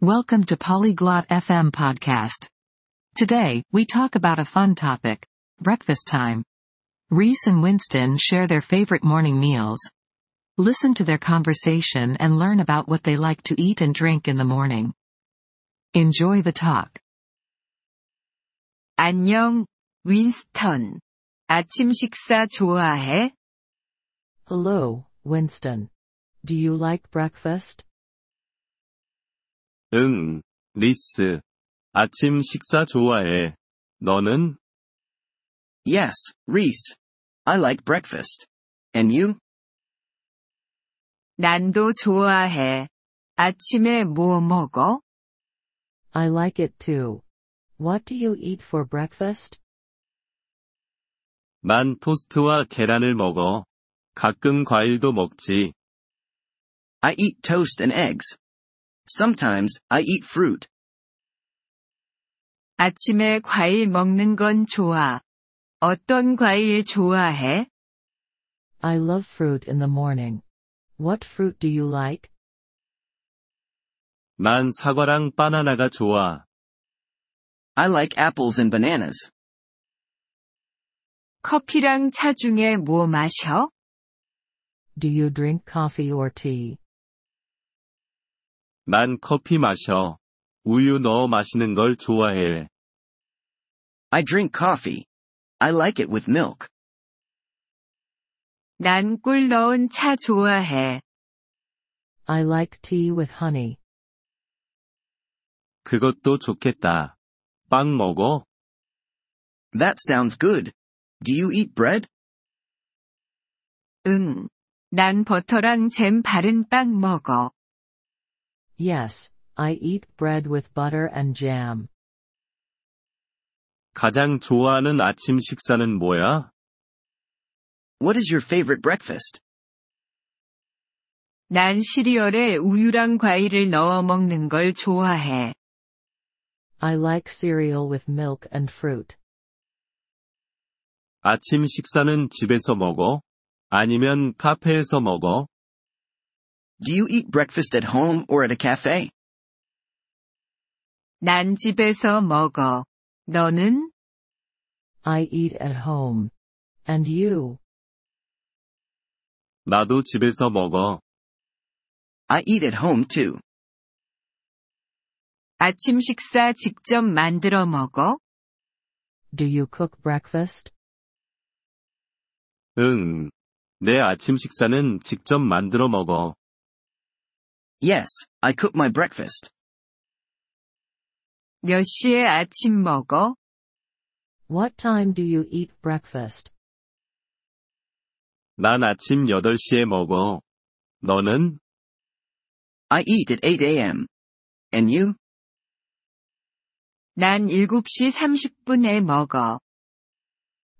Welcome to Polyglot FM podcast. Today, we talk about a fun topic. Breakfast time. Reese and Winston share their favorite morning meals. Listen to their conversation and learn about what they like to eat and drink in the morning. Enjoy the talk. 안녕, 윈스턴. 아침 식사 좋아해? Hello, Winston. Do you like breakfast? 응, 리스. 아침 식사 좋아해. 너는? Yes, Reese. I like breakfast. And you? 난도 좋아해. 아침에 뭐 먹어? I like it too. What do you eat for breakfast? 난 토스트와 계란을 먹어. 가끔 과일도 먹지. I eat toast and eggs. Sometimes, I eat fruit. 아침에 과일 먹는 건 좋아. 어떤 과일 좋아해? I love fruit in the morning. What fruit do you like? 난 사과랑 바나나가 좋아. I like apples and bananas. 커피랑 차 중에 뭐 마셔? Do you drink coffee or tea? 난 커피 마셔. 우유 넣어 마시는 걸 좋아해. I drink coffee. I like it with milk. 난 꿀 넣은 차 좋아해. I like tea with honey. 그것도 좋겠다. 빵 먹어? That sounds good. Do you eat bread? 응. 난 버터랑 잼 바른 빵 먹어. Yes, I eat bread with butter and jam. 가장 좋아하는 아침 식사는 뭐야? What is your favorite breakfast? 난 시리얼에 우유랑 과일을 넣어 먹는 걸 좋아해. I like cereal with milk and fruit. 아침 식사는 집에서 먹어? 아니면 카페에서 먹어? Do you eat breakfast at home or at a cafe? 난 집에서 먹어. 너는? I eat at home. And you? 나도 집에서 먹어. I eat at home too. 아침 식사 직접 만들어 먹어? Do you cook breakfast? 응. 내 아침 식사는 직접 만들어 먹어. Yes, I cook my breakfast. 몇 시에 아침 먹어? What time do you eat breakfast? 난 아침 8시에 먹어. 너는? I eat at 8 a.m. And you? 난 7시 30분에 먹어.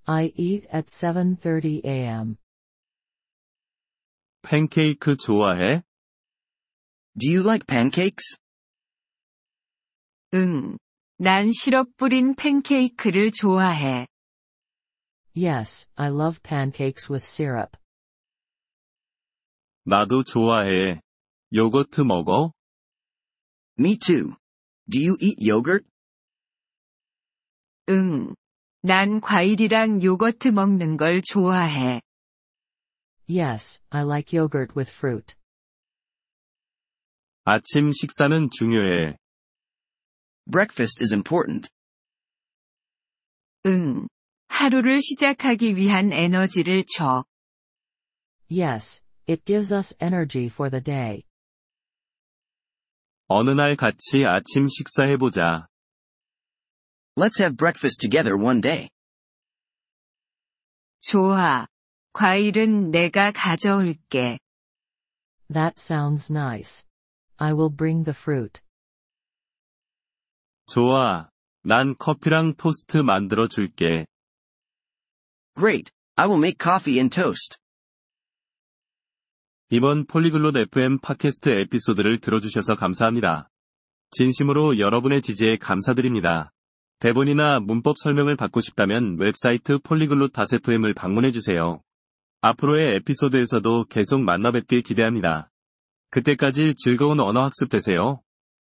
I eat at 7.30 a.m. 팬케이크 좋아해? Do you like pancakes? 응. 난 시럽 뿌린 팬케이크를 좋아해. Yes, I love pancakes with syrup. 나도 좋아해. 요거트 먹어? Me too. Do you eat yogurt? 응. 난 과일이랑 요거트 먹는 걸 좋아해. Yes, I like yogurt with fruit. 아침 식사는 중요해. Breakfast is important. 응. 하루를 시작하기 위한 에너지를 줘. Yes, it gives us energy for the day. 어느 날 같이 아침 식사해보자. Let's have breakfast together one day. 좋아. 과일은 내가 가져올게. That sounds nice. I will bring the fruit. 좋아. 난 커피랑 토스트 만들어 줄게. Great. I will make coffee and toast. 이번 폴리글롯 FM 팟캐스트 에피소드를 들어주셔서 감사합니다. 진심으로 여러분의 지지에 감사드립니다. 대본이나 문법 설명을 받고 싶다면 웹사이트 폴리글롯 FM을 방문해주세요. 앞으로의 에피소드에서도 계속 만나뵙길 기대합니다. 그때까지 즐거운 언어 학습 되세요.